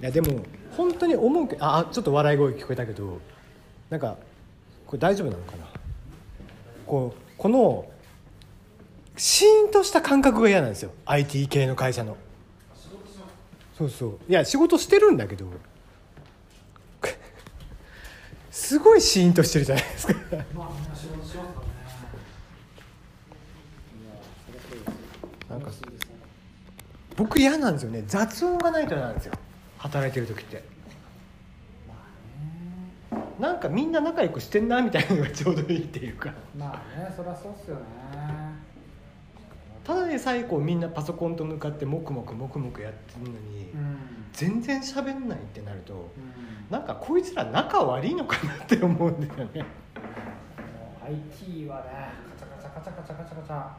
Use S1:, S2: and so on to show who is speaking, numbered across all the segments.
S1: いやでも本当に思うけああちょっと笑い声聞こえたけどなんかこれ大丈夫なのかなこうこのシーンとした感覚が嫌なんですよ IT 系の会社のそうそういや仕事してるんだけど すごいシーンとしてるじゃないですか
S2: まあみんな仕事しますからね
S1: なんか
S2: 楽しいですね
S1: 僕嫌なんですよね雑音がないと嫌なんですよ働いてる時ってなんかみんな仲良くしてんなみたいなのがちょうどいいっていうか
S2: まあねそりゃそうっすよね
S1: ただでさえこうみんなパソコンと向かってもくもくもくもくやってるのに、
S2: うん、うん、
S1: 全然喋んないってなるとなんかこいつら仲悪いのかなって思うんだよね
S2: もう IT はねカチャカチャカチャカチャカチャカチャや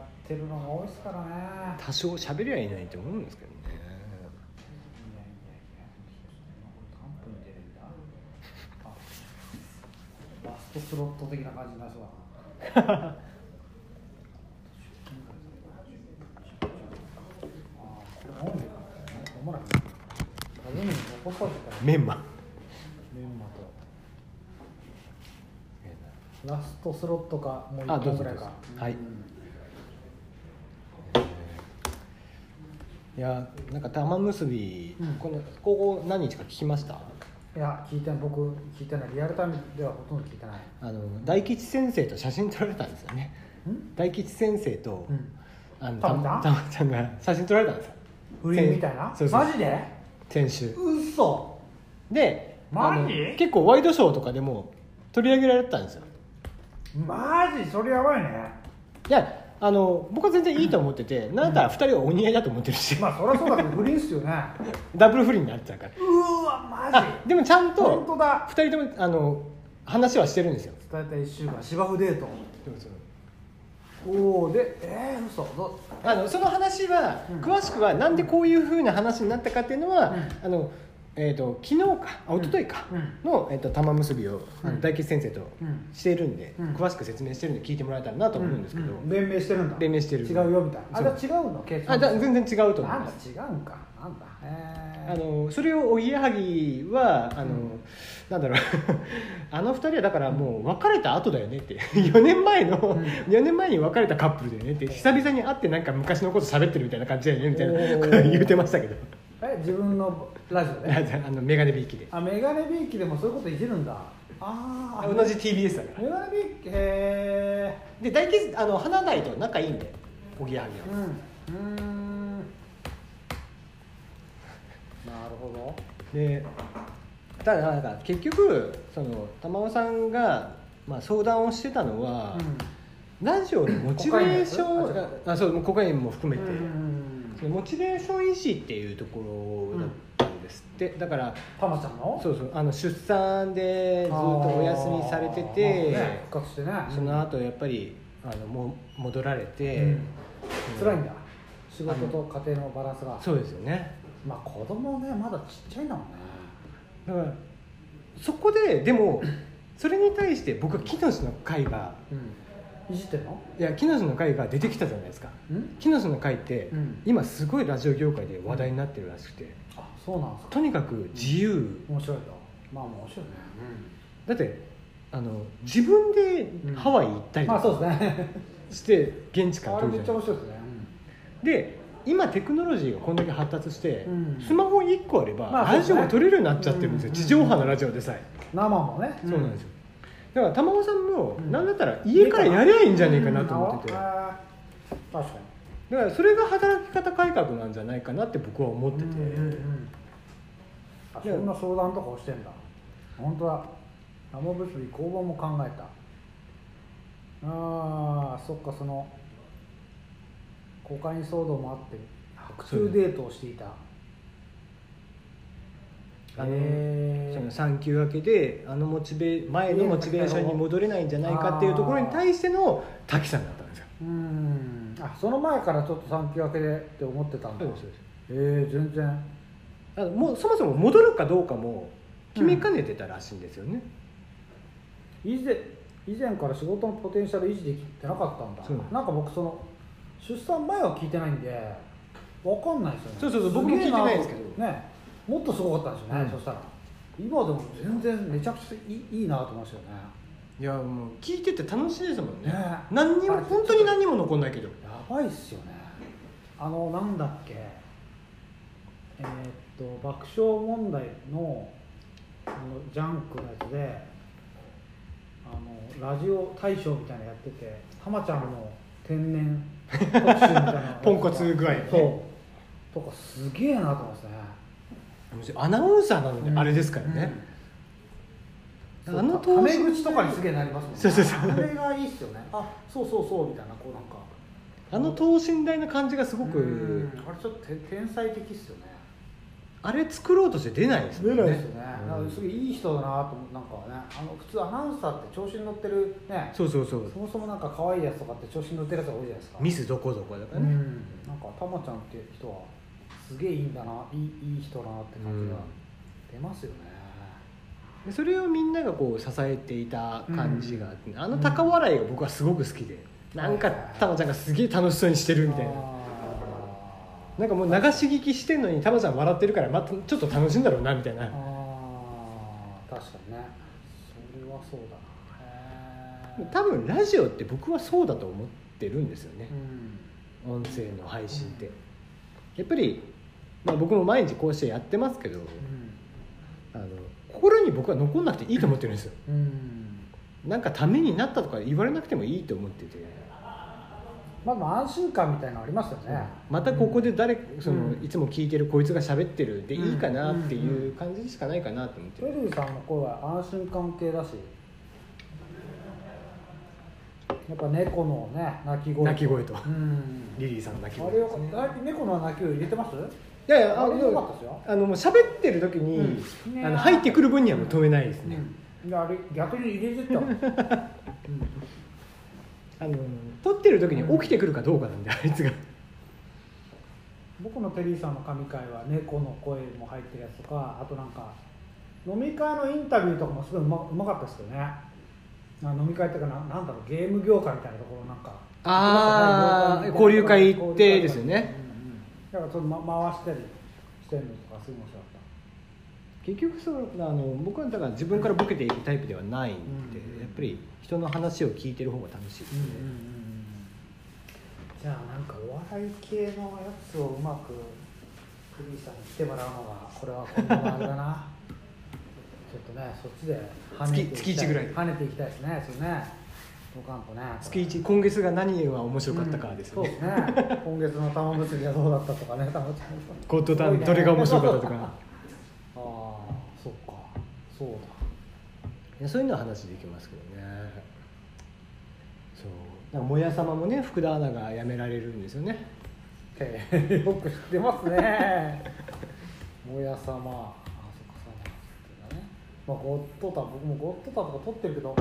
S2: ってるのが多いっすからねいやいやいや
S1: 多少喋りゃいないと思うんですけどね
S2: 何分出るんだあラストスロット的な感じになりそうだな あこれ飲んでる飲まない飲むに残そうってから
S1: メンマ
S2: メンマとラストスロットかもう
S1: あどう
S2: 1
S1: ぞ
S2: 本ぐらいか
S1: どうぞはい
S2: うん
S1: いやなんか玉結び、
S2: うん
S1: このここ何日か聞きました
S2: いや聞いてない僕聞いてないリアルタイムではほとんど聞いてない
S1: あの大吉先生と写真撮られたんですよね
S2: ん
S1: 大吉先生と、
S2: うん
S1: あの
S2: た
S1: た
S2: ま
S1: ま
S2: ち
S1: た
S2: ゃん
S1: まちゃんが写真撮られたんですよ
S2: 不倫みたいな
S1: そうそう
S2: マジで
S1: 先週
S2: 嘘
S1: であの
S2: マジ
S1: 結構ワイドショーとかでも取り上げられてたんですよ
S2: マジそれやばいね
S1: いやあの僕は全然いいと思ってて、なんだったら2人はお似合いだと思ってるし、
S2: まあそりゃそうだ けど不倫っすよね
S1: ダブル不倫になっちゃうから
S2: うわマ ジ
S1: あでもちゃん
S2: 本
S1: と
S2: 当だ
S1: 2人ともあの話はしてるんですよ
S2: 伝えた1週間芝生デートおおでえー、嘘ど
S1: あのその話は、
S2: うん
S1: 詳しくはなんでこういうふうな話になったかっていうのは、
S2: うん
S1: あのえー、と昨日かあ
S2: うん
S1: 一昨日か
S2: うん
S1: の、えー、と玉結びを、あの
S2: うん
S1: 大吉先生と
S2: うん
S1: しているんで、
S2: うん
S1: 詳しく説明してるんで聞いてもらえたらなと思うんですけど、
S2: う弁明してるんだ
S1: 弁明してる
S2: 違うよみたいなあじゃあ違うのケイ
S1: あだ全然違うと思い
S2: なん
S1: ま
S2: だ
S1: す
S2: 違うんかなんだへ
S1: あ
S2: え
S1: のそれをおぎやはぎはあの、
S2: うん
S1: なんだろう あの二人はだからもう別れた後だよねって4年前の、
S2: ん
S1: 4年前に別れたカップルだよねって久々に会ってなんか昔のこと喋ってるみたいな感じだよねみたい
S2: おー
S1: なことを言うてましたけど
S2: え自分のラジオ で
S1: あのメガネビーキで
S2: あメガネビーキでもそういうこといじるんだああ
S1: 同じ TBS だから
S2: メガネビーキへ
S1: で大吉あの花大と仲いいんでおぎやはぎ
S2: え
S1: は、
S2: うんうーんなるほ
S1: でただなんか結局その玉尾さんが、まあ、相談をしてたのは
S2: ど、、
S1: ラジオのモチベーショ
S2: コカインのや
S1: ンああそうコカインも含
S2: う
S1: めて、
S2: ん
S1: そのモチベーション維持っていうところだったんですって、だから
S2: たまちゃんの
S1: そうそうあの出産でずっとお休みされてて、
S2: あーまあね復活してね
S1: その後やっぱりあのもう戻られて、
S2: うん
S1: その
S2: 辛いんだ仕事と家庭のバランスが
S1: そうですよね
S2: まあ子供ねまだちっちゃいんだもんね
S1: だからそこででもそれに対して僕は木のの会が
S2: うんいじってんの
S1: いや木のの会が出てきたじゃないですか
S2: うん
S1: 木のの会って、
S2: うん
S1: 今すごいラジオ業界で話題になってるらしくて、
S2: あそうなんですか
S1: とにかく自由、
S2: 面白いよまあ面白いね
S1: だってあの自分でハワイ行ったりと
S2: まあ
S1: か
S2: そうですね
S1: して現地から
S2: あ
S1: 撮
S2: れ
S1: るじ
S2: め
S1: ゃ
S2: っ
S1: ん
S2: ちゃ面白いですね、
S1: で今テクノロジーがこんだけ発達して、
S2: うん
S1: スマホ1個あれば、
S2: まあそう
S1: ラ
S2: です
S1: ジ
S2: ね
S1: オが撮れるようになっちゃってるんですよ、
S2: うん
S1: 地上波のラジオでさえ、
S2: 生もね
S1: そうなんですよだから玉尾さんも、
S2: うん
S1: なんだったら家からやりゃいいんじゃねえかなと思ってて、
S2: うん
S1: だか
S2: あー確から
S1: それが働き方改革なんじゃないかなって僕は思って
S2: に
S1: て、
S2: うんうんうんあそんな相談とかをしてんだ本当だ生結び工房も考えたあーそっかそのコカイン騒動もあって白昼デートをしていた
S1: あの
S2: へー
S1: その産休明けであのモチベ前のモチベーションに戻れないんじゃないかっていうところに対しての滝さんだったんですよ
S2: うんあその前からちょっと産休明けでって思ってたんだ
S1: そうですそうです
S2: えー、全然
S1: あのもうそもそも戻るかどうかも決めかねてたらしいんですよね、
S2: 以前以前から仕事のポテンシャル維持できてなかったんだ
S1: そう
S2: なんか僕その出産前は聞いてないんでわかんないですよね
S1: そうそうそう僕も聞いてないんですけど
S2: ねもっとすごかったんですよね、
S1: うん
S2: そしたら今でも全然めちゃくちゃいいいいなと思いましたよね
S1: いやもう聞いてて楽しいですもんね
S2: ね
S1: 何にも
S2: あれ
S1: 本当に何にも残んないけど
S2: やばいっすよねあのなんだっけえーっと爆笑問題のあのジャンクのやつであのラジオ大賞みたいなのやってて浜ちゃんの天然特集みたいなの が
S1: ポンコツ具合ね
S2: そうとかすげえなと思いますね
S1: アナウンサーなので、
S2: うん
S1: あれですからね、
S2: うん
S1: あの
S2: タ
S1: 当
S2: メ
S1: 時
S2: 口とかにすげえなりますもんね
S1: そうそうそう
S2: あれがいいっすよねあそうそうそうみたいなこうなんか
S1: あの等身大な感じがすごく、
S2: うんあれちょっとて天才的っすよね
S1: あれ作ろうとして出ないですもんね
S2: ですよね、だからすごいいい人だなと思ってなんかねあの普通アナウンサーって調子に乗ってるね
S1: そうそうそう
S2: そもそもなんか可愛いやつとかって調子に乗ってるやつが多いじゃないですか
S1: ミスどこどこだから
S2: う
S1: ね、
S2: んなんかたまちゃんっていう人はすげえいいんだないいいい人だなって感じが
S1: うん
S2: 出ますよね、
S1: でそれをみんながこう支えていた感じがあって、あの高笑いが僕はすごく好きで、なんかたまちゃんがすげえ楽しそうにしてるみたいな、
S2: あー
S1: なんかもう流し聞きしてんのにたまちゃん笑ってるから、まあ、ちょっと楽しいんだろうなみたいな、
S2: あー確かにねそれはそうだなへー
S1: 多分ラジオって僕はそうだと思ってるんですよね
S2: う、ん
S1: 音声の配信って、やっぱり、まあ、僕も毎日こうしてやってますけど、あの心に僕は残んなくていいと思ってるんですよ、
S2: うん、うん
S1: なんかためになったとか言われなくてもいいと思ってて
S2: まあまあ安心感みたいなのありますよね
S1: またここで誰その、
S2: うん
S1: いつも聞いてるこいつが喋ってるでいいかなっていう感じしかないかなと思って
S2: テ
S1: る、
S2: レビさんの声は安心感系だしやっぱ猫のね鳴き声
S1: 鳴き声と
S2: うん
S1: リリーさんの鳴き
S2: あ
S1: 声
S2: れよかったあれ猫の鳴き声入れてます
S1: いやいやあ
S2: あれよかった
S1: の
S2: ですよ
S1: あのもう喋ってる時に、
S2: うんね
S1: あの入ってくる分にはもう止めないですね、
S2: うんいやあれ逆に入れてったわうん
S1: あの撮ってる時に起きてくるかどうかなんであいつが
S2: 僕のテリーさんの神回は猫の声も入ってるやつとかあとなんか飲み会のインタビューとかもすごいうまうまかったですよねあ飲み会っていうかななんだろうゲーム業界みたいなところなんか
S1: あー交流会行ってですよね、
S2: うんうんだからその、ま、回したりしてるのとかすごい面白かっ
S1: 結局そうあの僕はだから自分からボケていくタイプではないんで、
S2: うん
S1: やっぱり人の話を聞いてる方が楽しいです
S2: た、
S1: ね、
S2: じゃあなんかお笑い系のやつをうまくクリーさんに来てもらうのがこれは今後のあれだ なちょっとねそっちで跳ねていきたい
S1: 月月一ぐらい
S2: 跳ねていきたいですねそうねドカンとね
S1: 月一今月が何が面白かったかですよね、
S2: うんそうですね今月の玉結びはどうだったとかね玉ちゃんと
S1: ゴッドタンどれが面白かったとか
S2: ああそっかそうだ
S1: いやそういうのは話できますけどねそうだからもや様もね福田アナが辞められるんですよね
S2: へえよく知ってますね もやさまあそっかそうなんだねまあゴッドタン僕もゴッドタンとか撮ってるけど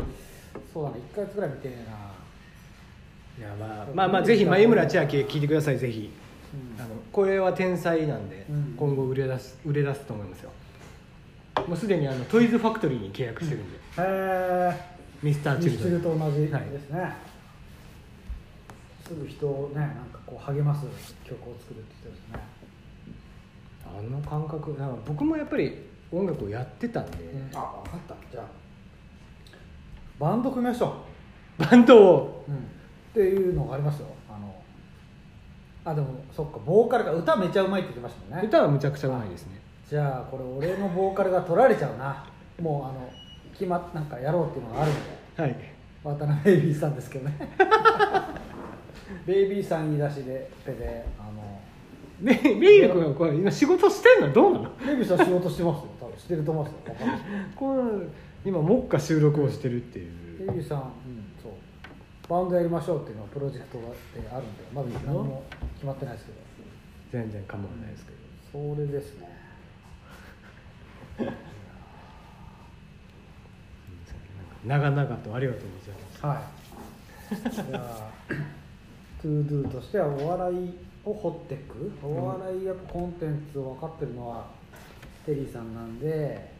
S2: そうだね1か月ぐらい見てねえない
S1: やまあまあまあぜひ眉村千秋聞いてくださいぜひ
S2: うん
S1: あのこれは天才なんで、
S2: うん
S1: 今後売れ出す売れ出すと思いますよもうすでにあのトイズファクトリーに契約してるんで、
S2: へ
S1: ミスタ
S2: え
S1: ーチ
S2: ミ
S1: ルド
S2: スチ
S1: レ
S2: ル
S1: ン
S2: と同じで
S1: はい
S2: すね、すぐ人をねなんかこう励ます曲を作るって言ってま
S1: あの感覚なんか僕もやっぱり音楽をやってたんで、
S2: すね、あ分かったじゃあバンド組みましょう
S1: バンドを
S2: っていうのがありますよあのあでもそっかボーカルが歌めちゃうまいって言ってましたもんね
S1: 歌はむちゃくちゃうまいですね
S2: じゃあこれ俺のボーカルが取られちゃうなもうあの決まっなんかやろうっていうのがあるんで
S1: はい
S2: 渡辺ベイビーさんですけどねベイビーさん言い出しで手であの
S1: ねレイユ君はこれ今仕事してんのどうなの
S2: ベイビーさん仕事してますよ多分してると思いますよわかんない
S1: こう今目下収録をしてるってい
S2: ベ
S1: う
S2: イビーさん、そうバンドやりましょうっていうのはプロジェクトがあってあるんでまだ何も決まってないですけど
S1: 全然構わないですけど
S2: それですね
S1: 長々とありがとうございます
S2: はい。じゃあ、トゥードゥとしてはお笑いを掘っていく、お笑いやコンテンツを分かってるのはテリーさんなんで、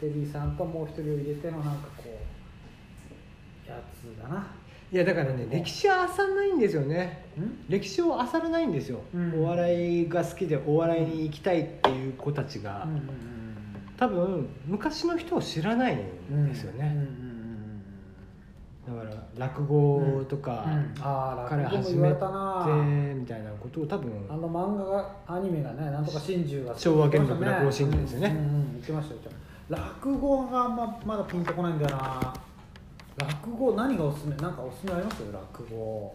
S2: テリーさんともう一人を入れてのなんかこう、やつだな。
S1: いやだからね歴史は漁らないんですよね
S2: うん
S1: 歴史を漁らないんですよ、
S2: うん
S1: お笑いが好きでお笑いに行きたいっていう子たちが、
S2: うん
S1: 多分昔の人を知らないんですよね、だから落語とか、
S2: ああ
S1: から
S2: 落語も
S1: 始
S2: 言
S1: め
S2: われ
S1: て
S2: たな
S1: みたいなことを多
S2: あ
S1: 分
S2: の漫画がアニメがねなんとか真珠が
S1: 昭和元禄落語真珠ですよね
S2: うんうんうん言ってましたよ言ってました落語があんままだピンとこないんだよな落語何がおすすめなんかおすすめあります落語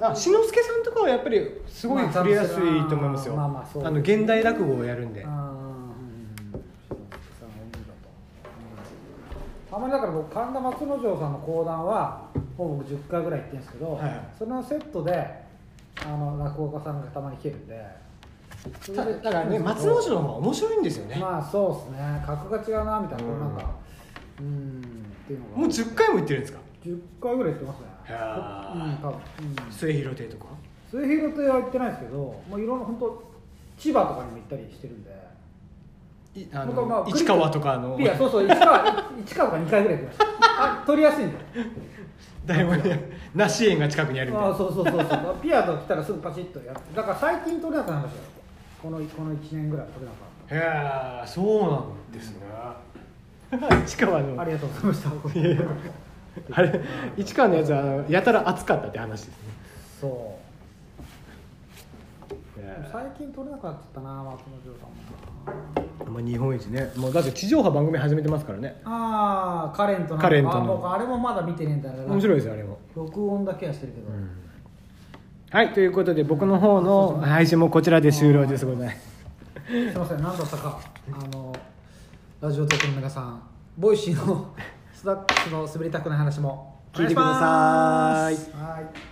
S1: あ志の輔さんとかはやっぱりすごい
S2: まあ
S1: 触れやすいと思いますよ、
S2: まあまあそう
S1: あの現代落語をやるんで、
S2: あーうんうんうんさんは海だとうんあまりだから僕神田松之丞さんの講談はほぼ僕10回ぐらい行ってるんですけど、
S1: はい
S2: それのセットであの落語家さんがたまに来てるんでそれ
S1: た
S2: で
S1: だからね松之丞の方が面白いんですよね、
S2: まあそうですね格が違うなみたいな、
S1: うん
S2: なんかうんっていうのが
S1: もう10回も言ってるんですか
S2: 10回ぐらい行ってますね
S1: へー
S2: うん多分、うん
S1: 末広亭とか
S2: 末広亭は行ってないですけどもういろんな本当千葉とかにも行ったりしてるんで
S1: いあ
S2: 僕はまあ
S1: の市川とかの
S2: いやそうそう市川 市川が2回ぐらい行きましたあ取りやすいんだよ
S1: 大門や梨園が近くにあるみたい
S2: あ
S1: な
S2: ーそうそうそうそうピアと来たらすぐパチッとやってだから最近取れなくなりましたよこのこの1年ぐらい取れな
S1: へ
S2: かっ
S1: えそうなんですね 市川の
S2: たあ
S1: あ
S2: りがとうございました
S1: いやいやれ市川のやつはあのやたら暑かったって話です
S2: そう
S1: ね
S2: 最近取れなくなっちゃったな松本城さんも
S1: まあ日本一ねもうだって地上波番組始めてますからね
S2: ああカレントなんか
S1: カレント
S2: あ
S1: の
S2: 僕あれもまだ見てねえんだよな
S1: 面白いですよあれも、
S2: 録音だけはしてるけど、
S1: はいということで僕の方の配信もこちらで終了ですございます
S2: すいません何だったかあのラジオ局の皆さんボイシーのスナックスの滑りたくない話も
S1: 聞いてください
S2: お願いしますはい